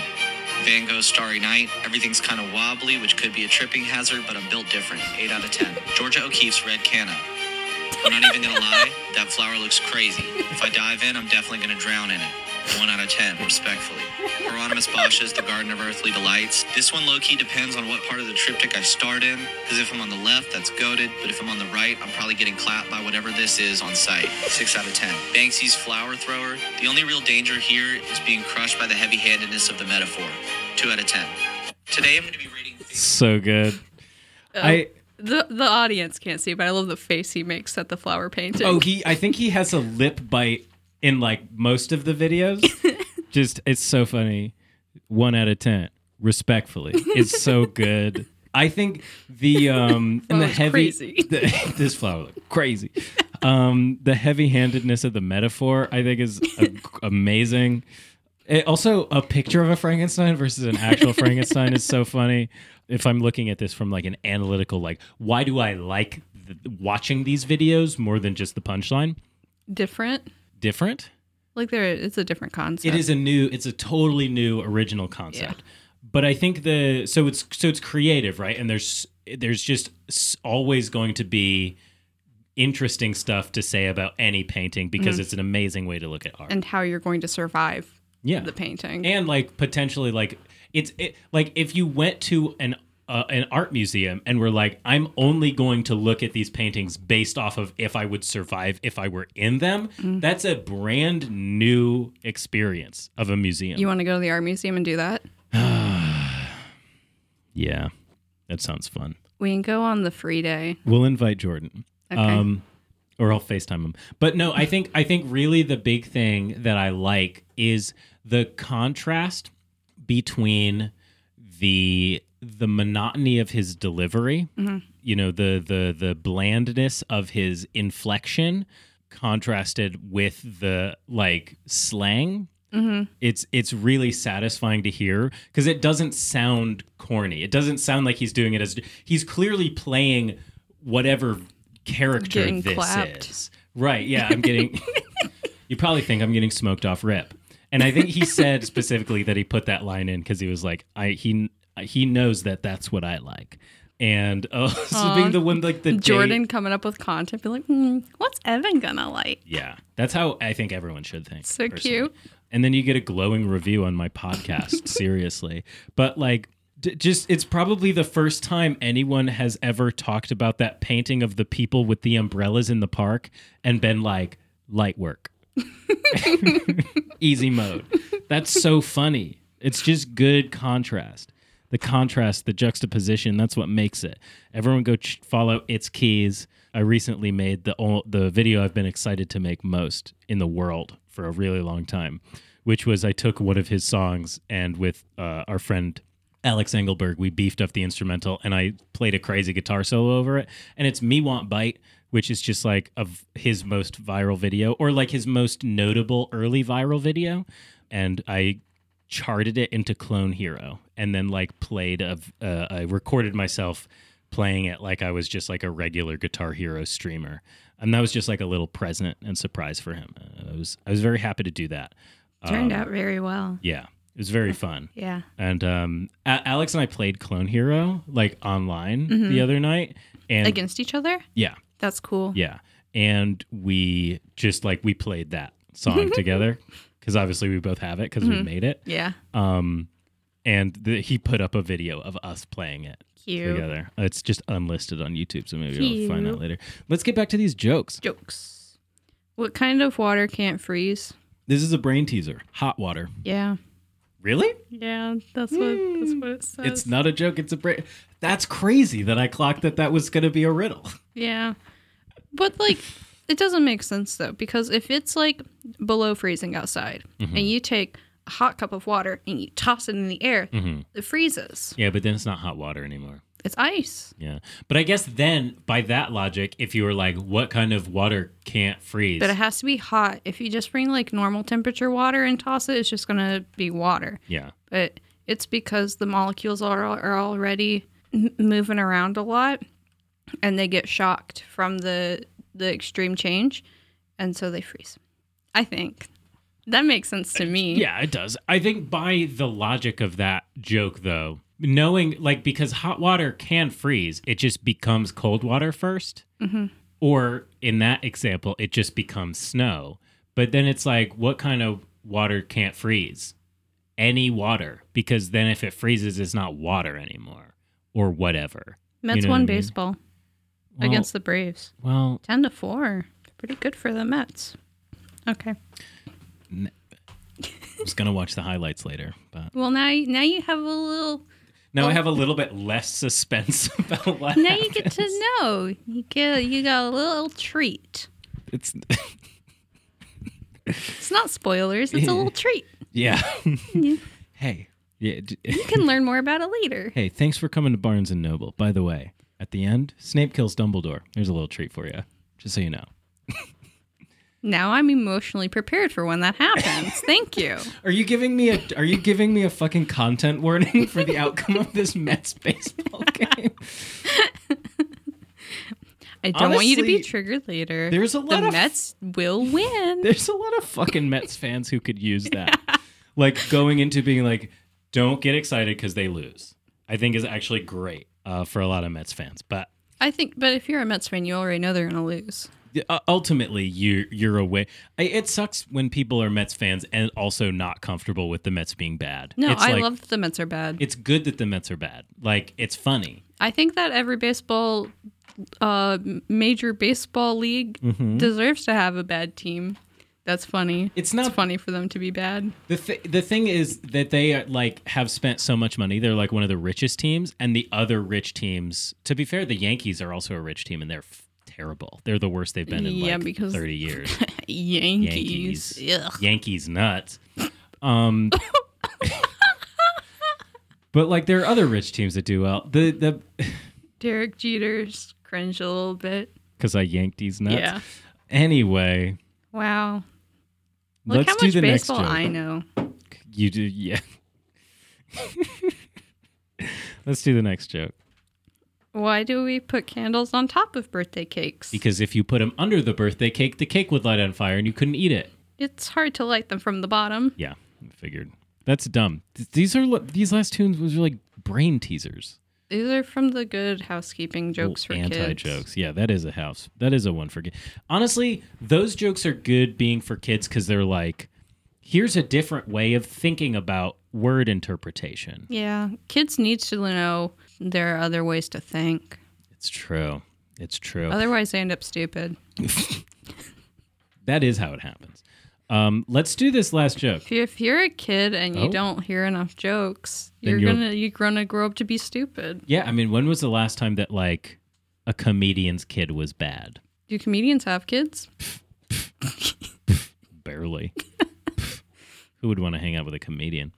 [SPEAKER 7] Van Gogh's Starry Night. Everything's kind of wobbly, which could be a tripping hazard, but I'm built different. 8 out of 10. Georgia O'Keeffe's Red Canna. I'm not even gonna lie, that flower looks crazy. If I dive in, I'm definitely gonna drown in it. One out of ten, respectfully. Hieronymus Bosch's The Garden of Earthly Delights. This one low key depends on what part of the triptych I start in, because if I'm on the left, that's goaded, but if I'm on the right, I'm probably getting clapped by whatever this is on sight. Six out of ten. Banksy's Flower Thrower. The only real danger here is being crushed by the heavy handedness of the metaphor. Two out of ten. Today I'm gonna be reading.
[SPEAKER 2] So good. I
[SPEAKER 1] The the audience can't see, but I love the face he makes at the flower painting.
[SPEAKER 2] oh he I think he has a lip bite in like most of the videos. Just it's so funny. One out of ten. Respectfully, it's
[SPEAKER 1] (laughs)
[SPEAKER 2] so good. I think the um and the
[SPEAKER 1] Flower's
[SPEAKER 2] heavy
[SPEAKER 1] crazy.
[SPEAKER 2] (laughs) the- this flower looked crazy. Um, the heavy-handedness of the metaphor I think is a- amazing. It- also, a picture of a Frankenstein versus an actual Frankenstein is so funny. If I'm looking at this from like an analytical, like why do I like th- watching these videos more than just the punchline?
[SPEAKER 1] Different.
[SPEAKER 2] Different.
[SPEAKER 1] Like there it's a different concept.
[SPEAKER 2] It is a new. It's a totally new original concept. But I think the so it's so it's creative, right? And there's there's just s- always going to be interesting stuff to say about any painting because it's an amazing way to look at art.
[SPEAKER 1] Mm-hmm. and how you're going to survive
[SPEAKER 2] yeah,
[SPEAKER 1] the painting.
[SPEAKER 2] and like potentially like it's it, like if you went to an uh, an art museum and were like i'm only going to look at these paintings based off of if i would survive if i were in them
[SPEAKER 1] Mm-hmm.
[SPEAKER 2] that's a brand new experience of a museum
[SPEAKER 1] you want to go to the art museum and do that?
[SPEAKER 2] yeah that sounds fun
[SPEAKER 1] We can go on the free day.
[SPEAKER 2] we'll invite jordan
[SPEAKER 1] Okay.
[SPEAKER 2] um or I'll FaceTime him. But no, I think I think really the big thing that I like is the contrast between the the monotony of his delivery,
[SPEAKER 1] Mm-hmm.
[SPEAKER 2] you know, the the the blandness of his inflection contrasted with the like slang.
[SPEAKER 1] Mm-hmm.
[SPEAKER 2] It's it's really satisfying to hear because it doesn't sound corny. It doesn't sound like he's doing it as he's clearly playing whatever character
[SPEAKER 1] Getting
[SPEAKER 2] this
[SPEAKER 1] clapped.
[SPEAKER 2] is. Right. Yeah,
[SPEAKER 1] (laughs)
[SPEAKER 2] I'm getting You probably think I'm getting smoked off rip. And I
[SPEAKER 1] (laughs)
[SPEAKER 2] think he said specifically that he put that line in because he was like, I he he knows that that's what I like. And (laughs) oh, so being the one like the
[SPEAKER 1] Jordan
[SPEAKER 2] date-
[SPEAKER 1] coming up with content, be like, hmm, what's Evan gonna like?
[SPEAKER 2] yeah, that's how I think everyone should think.
[SPEAKER 1] So cute.
[SPEAKER 2] And then you get a glowing review on
[SPEAKER 1] (laughs)
[SPEAKER 2] my podcast. seriously, but like. d- Just it's probably the first time anyone has ever talked about that painting of the people with the umbrellas in the park and been like light work. easy mode. That's so funny. It's just good contrast. The contrast, the juxtaposition, that's what makes it. Everyone go ch- follow its keys. I recently made the ol- the video I've been excited to make most in the world for a really long time, which was I took one of his songs and with uh, our friend Alex Engelberg, we beefed up the instrumental and I played a crazy guitar solo over it. And it's Me Want Bite, which is just like of his most viral video or like his most notable early viral video. And I charted it into Clone Hero and then like played of uh, I recorded myself playing it like I was just like a regular Guitar Hero streamer. And that was just like a little present and surprise for him. Uh, I was I was very happy to do that. Um,
[SPEAKER 1] Turned out very well.
[SPEAKER 2] Yeah. It was very fun.
[SPEAKER 1] Yeah.
[SPEAKER 2] And um, A- Alex and I played Clone Hero like online the other night, and
[SPEAKER 1] Mm-hmm. Against each other?
[SPEAKER 2] yeah,
[SPEAKER 1] That's cool.
[SPEAKER 2] yeah, and we just like we played that
[SPEAKER 1] (laughs)
[SPEAKER 2] song together because obviously we both have it because
[SPEAKER 1] Mm-hmm.
[SPEAKER 2] we made it.
[SPEAKER 1] Yeah.
[SPEAKER 2] Um, and the, he put up a video of us playing it
[SPEAKER 1] Cute.
[SPEAKER 2] together. It's just unlisted on YouTube, so maybe we will find out
[SPEAKER 1] Cute.
[SPEAKER 2] later. Let's get back to these jokes.
[SPEAKER 1] Jokes. What kind of water can't freeze?
[SPEAKER 2] This is a brain teaser. Hot water.
[SPEAKER 1] Yeah.
[SPEAKER 2] Really?
[SPEAKER 1] Yeah, that's what that's what it says.
[SPEAKER 2] Mm. It's not a joke. It's a brain. That's crazy that I clocked that that was going to be a riddle. (laughs)
[SPEAKER 1] Yeah. But like it doesn't make sense though because if it's like below freezing outside and you take a hot cup of water and you toss it in the air, it freezes.
[SPEAKER 2] Yeah, but then it's not hot water anymore.
[SPEAKER 1] It's ice.
[SPEAKER 2] Yeah. But I guess then, by that logic, if you were like, what kind of water can't freeze?
[SPEAKER 1] But it has to be hot. If you just bring like normal temperature water and toss it, it's just going to be water.
[SPEAKER 2] yeah.
[SPEAKER 1] But it's because the molecules are, are already m- moving around a lot and they get shocked from the the extreme change and so they freeze. I think that makes sense to me.
[SPEAKER 2] Yeah, it does. I think by the logic of that joke, though,
[SPEAKER 1] Mm-hmm.
[SPEAKER 2] knowing like because hot water can freeze, it just becomes cold water 1st Or in that example, it just becomes snow. But then it's like, what kind of water can't freeze? Any water, because then if it freezes, it's not water anymore or whatever.
[SPEAKER 1] Mets
[SPEAKER 2] know what I
[SPEAKER 1] won
[SPEAKER 2] mean?
[SPEAKER 1] baseball
[SPEAKER 2] Well,
[SPEAKER 1] against the Braves,
[SPEAKER 2] well,
[SPEAKER 1] ten to four. Pretty good for the Mets. Okay.
[SPEAKER 2] I was gonna watch the highlights later, but
[SPEAKER 1] Well, now you- now you have a little.
[SPEAKER 2] now I have a little bit less suspense (laughs) about what.
[SPEAKER 1] Now you
[SPEAKER 2] (laughs)
[SPEAKER 1] get to know. You get you got a little treat.
[SPEAKER 2] It's (laughs)
[SPEAKER 1] It's not spoilers. It's a
[SPEAKER 2] (laughs)
[SPEAKER 1] little treat.
[SPEAKER 2] yeah. hey, yeah. d- (laughs)
[SPEAKER 1] You can learn more about it later.
[SPEAKER 2] Hey, thanks for coming to Barnes and Noble. By the way, at the end, Snape kills Dumbledore. There's a little treat for you, just so you know.
[SPEAKER 1] Now I'm emotionally prepared for when that happens. Thank
[SPEAKER 2] (laughs)
[SPEAKER 1] you.
[SPEAKER 2] Are you giving me a Are you giving me a fucking content warning for the outcome of this Mets baseball (laughs) game?
[SPEAKER 1] I don't want you to be
[SPEAKER 2] Honestly,
[SPEAKER 1] triggered later.
[SPEAKER 2] there's a lot
[SPEAKER 1] the
[SPEAKER 2] of-
[SPEAKER 1] Mets will win.
[SPEAKER 2] There's a lot of fucking
[SPEAKER 1] (laughs)
[SPEAKER 2] Mets fans who could use that, like going into being like, "Don't get excited because they lose." I think is actually great uh, for a lot of Mets fans, but
[SPEAKER 1] I think, but if you're a Mets fan, you already know they're gonna lose.
[SPEAKER 2] uh, ultimately you you're away. I, it sucks when people are Mets fans and also not comfortable with the Mets being bad.
[SPEAKER 1] No,
[SPEAKER 2] it's
[SPEAKER 1] I
[SPEAKER 2] like,
[SPEAKER 1] love that the Mets are bad.
[SPEAKER 2] it's good that the Mets are bad. Like it's funny.
[SPEAKER 1] I think that every baseball, uh, major baseball league deserves to have a bad team. That's funny.
[SPEAKER 2] Mm-hmm. It's not-
[SPEAKER 1] funny for them to be bad.
[SPEAKER 2] The th- the thing is that they are, like have spent so much money. They're like one of the richest teams, and the other rich teams. To be fair, the Yankees are also a rich team, and they're f- terrible. They're the worst they've been in
[SPEAKER 1] Yeah,
[SPEAKER 2] like
[SPEAKER 1] because- (laughs)
[SPEAKER 2] thirty years.
[SPEAKER 1] Yankees.
[SPEAKER 2] Yankees,
[SPEAKER 1] Ugh.
[SPEAKER 2] Yankees nuts. Um, (laughs) but like there are other rich teams that do well. The the (laughs)
[SPEAKER 1] Derek Jeter's cringe a little bit.
[SPEAKER 2] because I yanked these nuts.
[SPEAKER 1] Yeah.
[SPEAKER 2] Anyway,
[SPEAKER 1] Wow. Look
[SPEAKER 2] let's
[SPEAKER 1] how
[SPEAKER 2] do
[SPEAKER 1] much
[SPEAKER 2] the
[SPEAKER 1] baseball
[SPEAKER 2] next joke.
[SPEAKER 1] I know.
[SPEAKER 2] You do, yeah. (laughs) Let's do the next joke.
[SPEAKER 1] Why do we put candles on top of birthday cakes?
[SPEAKER 2] Because if you put them under the birthday cake, the cake would light on fire and you couldn't eat it.
[SPEAKER 1] it's hard to light them from the bottom.
[SPEAKER 2] Yeah, I figured. That's dumb. Th- These are li- these last tunes was like brain teasers.
[SPEAKER 1] These are from the good housekeeping jokes for kids.
[SPEAKER 2] Anti jokes. Yeah, that is a house. That is a one for kids. Honestly, those jokes are good being for kids because they're like, here's a different way of thinking about word interpretation.
[SPEAKER 1] Yeah, kids need to know there are other ways to think.
[SPEAKER 2] It's true. It's true.
[SPEAKER 1] Otherwise, they end up stupid.
[SPEAKER 2] That is how it happens. Um, let's do this last joke.
[SPEAKER 1] If, you, if you're a kid and you
[SPEAKER 2] Oh.
[SPEAKER 1] don't hear enough jokes,
[SPEAKER 2] Then
[SPEAKER 1] you're,
[SPEAKER 2] you're-
[SPEAKER 1] gonna you're gonna grow up to be stupid.
[SPEAKER 2] Yeah, I mean, when was the last time that like a comedian's kid was bad?
[SPEAKER 1] Do comedians have kids? (laughs)
[SPEAKER 2] Barely. Who would want to hang out with a comedian?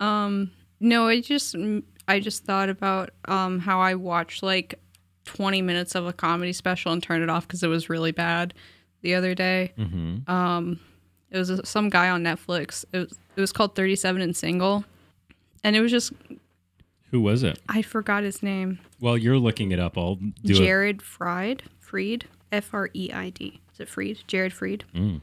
[SPEAKER 1] No, I just I just thought about um, how I watched like 20 minutes of a comedy special and turned it off because it was really bad the other day. Mm-hmm. Um, it was some guy on Netflix. It was, it was called 37 and Single, and it was just
[SPEAKER 2] Who was it?
[SPEAKER 1] I forgot his name.
[SPEAKER 2] Well, you're looking it up. I'll do it.
[SPEAKER 1] Jared Fried, Freed, F R E I D. Is it Freed? Jared Freed.
[SPEAKER 2] Mm,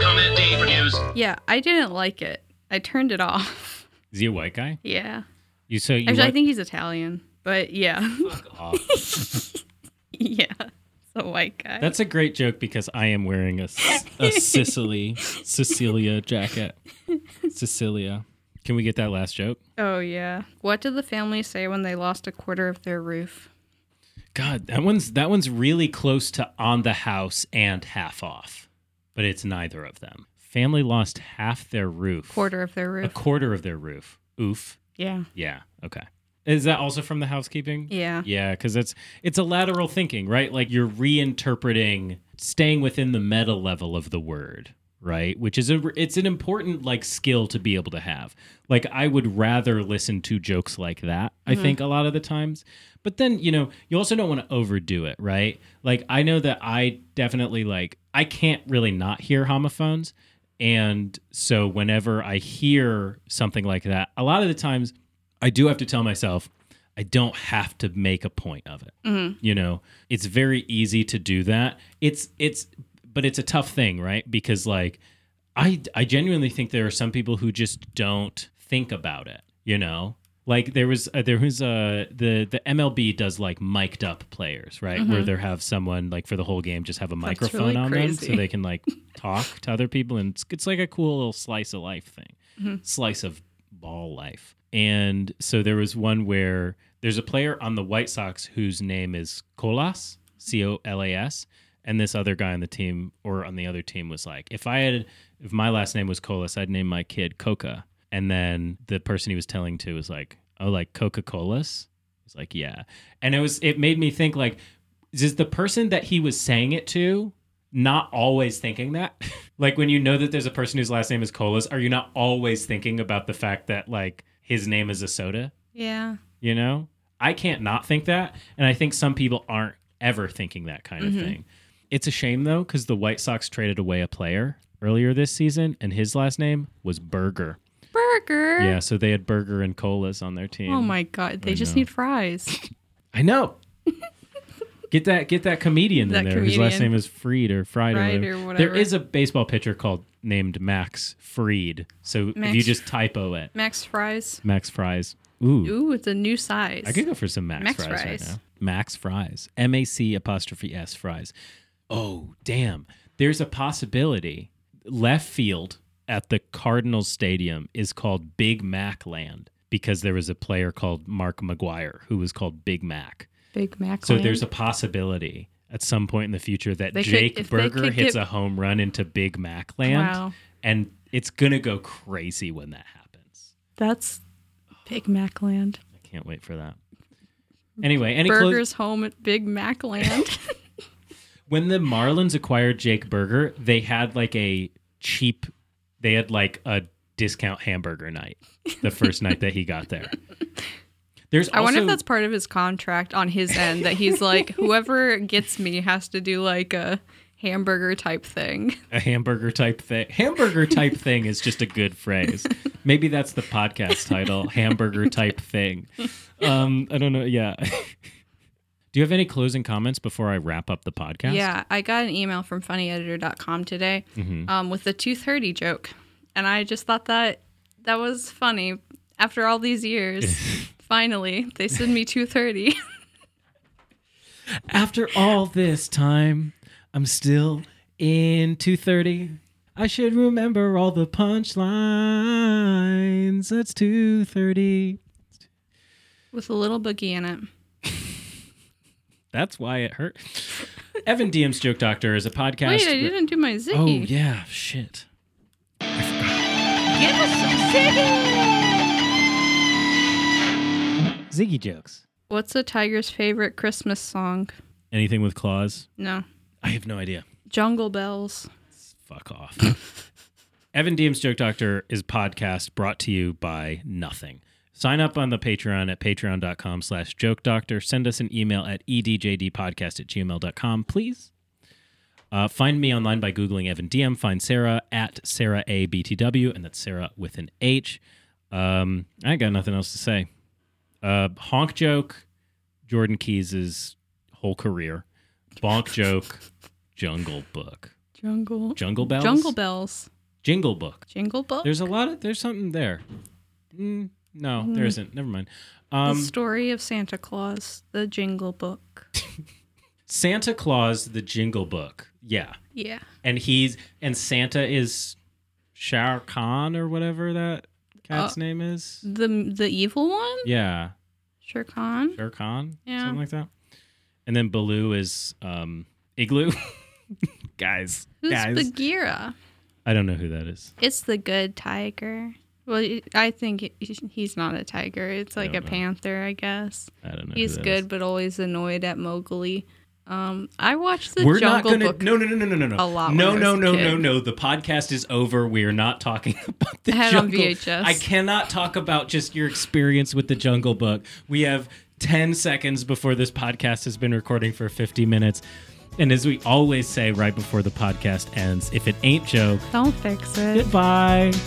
[SPEAKER 6] Comment D reviews.
[SPEAKER 1] Yeah, I didn't like it. I turned it off.
[SPEAKER 2] Is he a white guy?
[SPEAKER 1] Yeah.
[SPEAKER 2] You so you
[SPEAKER 1] Actually, I
[SPEAKER 2] want-
[SPEAKER 1] think he's Italian, but yeah. (laughs)
[SPEAKER 2] Fuck off.
[SPEAKER 1] yeah. It's a white guy.
[SPEAKER 2] That's a great joke because I am wearing a, s-
[SPEAKER 1] (laughs)
[SPEAKER 2] a Sicily Cecilia jacket. Cecilia. Can we get that last joke?
[SPEAKER 1] Oh, yeah. What did the family say when they lost a quarter of their roof?
[SPEAKER 2] God, that one's that one's really close to on the house and half off, but it's neither of them. Family lost half their roof.
[SPEAKER 1] Quarter of their
[SPEAKER 2] A
[SPEAKER 1] roof.
[SPEAKER 2] quarter of their roof. Oof.
[SPEAKER 1] yeah.
[SPEAKER 2] Yeah. Okay. Is that also from the housekeeping?
[SPEAKER 1] Yeah.
[SPEAKER 2] Yeah, because it's it's a lateral thinking, right? Like you're reinterpreting, staying within the meta level of the word, right? Which is a it's an important like skill to be able to have. Like I would rather listen to jokes like that. I think a lot of the times, but then you know you also don't want to overdo it, right? Like I know that I definitely like I can't really not hear homophones. And so whenever I hear something like that, a lot of the times I do have to tell myself I don't have to make a point of it.
[SPEAKER 1] Mm-hmm.
[SPEAKER 2] You know, it's very easy to do that. It's it's but it's a tough thing, right? Because like I I genuinely think there are some people who just don't think about it, you know? Like there was uh, there was uh, the the MLB does like mic'd up players, right? Where they have someone like for the whole game just have a microphone
[SPEAKER 1] Mm-hmm. really
[SPEAKER 2] on them
[SPEAKER 1] crazy.
[SPEAKER 2] so they can like talk to other people and it's, it's like a cool little slice of life thing.
[SPEAKER 1] Mm-hmm.
[SPEAKER 2] Slice of ball life. And so there was one where there's a player on the White Sox whose name is Colas, C O L A S, and this other guy on the team or on the other team was like, if I had, if my last name was Colas, I'd name my kid Coca. And then the person he was telling to was like, oh, like Coca Colas? He's like, yeah. And it was, it made me think like, is the person that he was saying it to not always thinking that? (laughs) like when you know that there's a person whose last name is Colas, are you not always thinking about the fact that like his name is a soda?
[SPEAKER 1] Yeah.
[SPEAKER 2] you know i can't not think that and i think some people aren't ever thinking that kind
[SPEAKER 1] Mm-hmm.
[SPEAKER 2] of thing it's a shame though because the white sox traded away a player earlier this season and his last name was burger
[SPEAKER 1] Burger.
[SPEAKER 2] yeah so they had burger and colas on their team
[SPEAKER 1] Oh my god, they just need fries. (laughs)
[SPEAKER 2] i know Get that get that comedian
[SPEAKER 1] That
[SPEAKER 2] in there whose last
[SPEAKER 1] comedian.
[SPEAKER 2] name is Freed or Fried or,
[SPEAKER 1] Fried
[SPEAKER 2] whatever.
[SPEAKER 1] or
[SPEAKER 2] There
[SPEAKER 1] whatever.
[SPEAKER 2] is a baseball pitcher called named Max Freed. So if
[SPEAKER 1] Max
[SPEAKER 2] you just typo it,
[SPEAKER 1] Max fries.
[SPEAKER 2] Max Fries. Ooh,
[SPEAKER 1] Ooh, it's a new size.
[SPEAKER 2] I could go for some Max,
[SPEAKER 1] Max
[SPEAKER 2] fries, right
[SPEAKER 1] fries.
[SPEAKER 2] now. Max fries. M A C apostrophe S fries. Oh, damn. There's a possibility. Left field at the Cardinals Stadium is called Big Mac Land because there was a player called Mark McGuire who was called Big Mac.
[SPEAKER 1] Big Mac.
[SPEAKER 2] So
[SPEAKER 1] Land.
[SPEAKER 2] there's a possibility at some point in the future that
[SPEAKER 1] They could-
[SPEAKER 2] Jake
[SPEAKER 1] if they
[SPEAKER 2] Berger
[SPEAKER 1] could
[SPEAKER 2] hits
[SPEAKER 1] get-
[SPEAKER 2] a home run into Big Mac Land.
[SPEAKER 1] Wow.
[SPEAKER 2] And it's going to go crazy when that happens.
[SPEAKER 1] that's Big Mac Land.
[SPEAKER 2] I can't wait for that. Anyway, any clo-
[SPEAKER 1] Burger's home at Big Mac Land. (laughs)
[SPEAKER 2] when the Marlins acquired Jake Berger, they had like a cheap, they had like a discount hamburger night the first night that he got
[SPEAKER 1] (laughs)
[SPEAKER 2] there. There's
[SPEAKER 1] I wonder if
[SPEAKER 2] also-
[SPEAKER 1] that's part of his contract on his end that he's
[SPEAKER 2] (laughs)
[SPEAKER 1] like, whoever gets me has to do like a hamburger type thing.
[SPEAKER 2] a hamburger type thing.
[SPEAKER 1] (laughs)
[SPEAKER 2] Hamburger type thing is just a good phrase. Maybe that's the podcast title, hamburger type thing. Um, I don't know. Yeah. (laughs) Do you have any closing comments before I wrap up the podcast?
[SPEAKER 1] Yeah, I got an email from funnyeditor.com today
[SPEAKER 2] Mm-hmm.
[SPEAKER 1] um, with the 230 joke. And I just thought that that was funny. After all these
[SPEAKER 2] (laughs)
[SPEAKER 1] years, finally, they send me 230.
[SPEAKER 2] After all this time, I'm still in 230. I should remember all the punchlines. That's 230.
[SPEAKER 1] (laughs) with a little boogie in it.
[SPEAKER 2] That's why it hurt. Evan DM's Joke Doctor is a podcast.
[SPEAKER 1] Wait, I didn't do my ziggy.
[SPEAKER 2] oh, yeah. Shit.
[SPEAKER 5] Give us some singing!
[SPEAKER 2] Ziggy jokes.
[SPEAKER 1] What's a tiger's favorite Christmas song?
[SPEAKER 2] Anything with claws?
[SPEAKER 1] No.
[SPEAKER 2] I have no idea.
[SPEAKER 1] Jungle Bells.
[SPEAKER 2] Fuck off. (laughs) Evan DM's Joke Doctor is a podcast brought to you by nothing. Sign up on the Patreon at patreon.com slash joke doctor. Send us an email at e edjdpodcast at gmail.com, please. Uh, find me online by Googling Evan DM. Find Sarah at Sarah A B T W, and that's Sarah with an H. Um, I ain't got nothing else to say. Uh, honk joke, Jordan Keyes' whole career. Bonk joke, Jungle Book.
[SPEAKER 1] Jungle.
[SPEAKER 2] Jungle Bells?
[SPEAKER 1] Jungle Bells.
[SPEAKER 2] Jingle Book.
[SPEAKER 1] Jingle Bells.
[SPEAKER 2] There's a lot of there's something there. Mm, no,
[SPEAKER 1] Mm-hmm.
[SPEAKER 2] there isn't. Never mind. Um,
[SPEAKER 1] the story of Santa Claus, the Jingle Book.
[SPEAKER 2] Santa Claus, the Jingle Book. Yeah,
[SPEAKER 1] Yeah.
[SPEAKER 2] and he's and Santa is Shao Khan or whatever that cat's
[SPEAKER 1] Oh.
[SPEAKER 2] name is.
[SPEAKER 1] The the evil one?
[SPEAKER 2] Yeah,
[SPEAKER 1] Sure Khan.
[SPEAKER 2] Shao Khan.
[SPEAKER 1] Yeah.
[SPEAKER 2] something like that. And then Baloo is um, Igloo. (laughs) guys,
[SPEAKER 1] Who's
[SPEAKER 2] guys,
[SPEAKER 1] Bagheera?
[SPEAKER 2] I don't know who that is.
[SPEAKER 1] It's the good tiger. Well, I think he's not a tiger. It's like a
[SPEAKER 2] don't know.
[SPEAKER 1] panther, I guess.
[SPEAKER 2] I don't know. who
[SPEAKER 1] He's
[SPEAKER 2] that
[SPEAKER 1] good,
[SPEAKER 2] is.
[SPEAKER 1] but always annoyed at Mowgli. Um, I watched the
[SPEAKER 2] We're not
[SPEAKER 1] Jungle
[SPEAKER 2] gonna.
[SPEAKER 1] Book.
[SPEAKER 2] No, no, no, no, no, no.
[SPEAKER 1] a lot
[SPEAKER 2] No,
[SPEAKER 1] when I
[SPEAKER 2] no,
[SPEAKER 1] was a
[SPEAKER 2] no,
[SPEAKER 1] kid.
[SPEAKER 2] no, no. The podcast is over. We are not talking (laughs) about the
[SPEAKER 1] I had it on
[SPEAKER 2] jungle.
[SPEAKER 1] VHS.
[SPEAKER 2] I cannot talk about just your experience with the Jungle Book. We have ten seconds before this podcast has been recording for fifty minutes. And as we always say right before the podcast ends, if it ain't joke,
[SPEAKER 1] Don't fix it.
[SPEAKER 2] goodbye.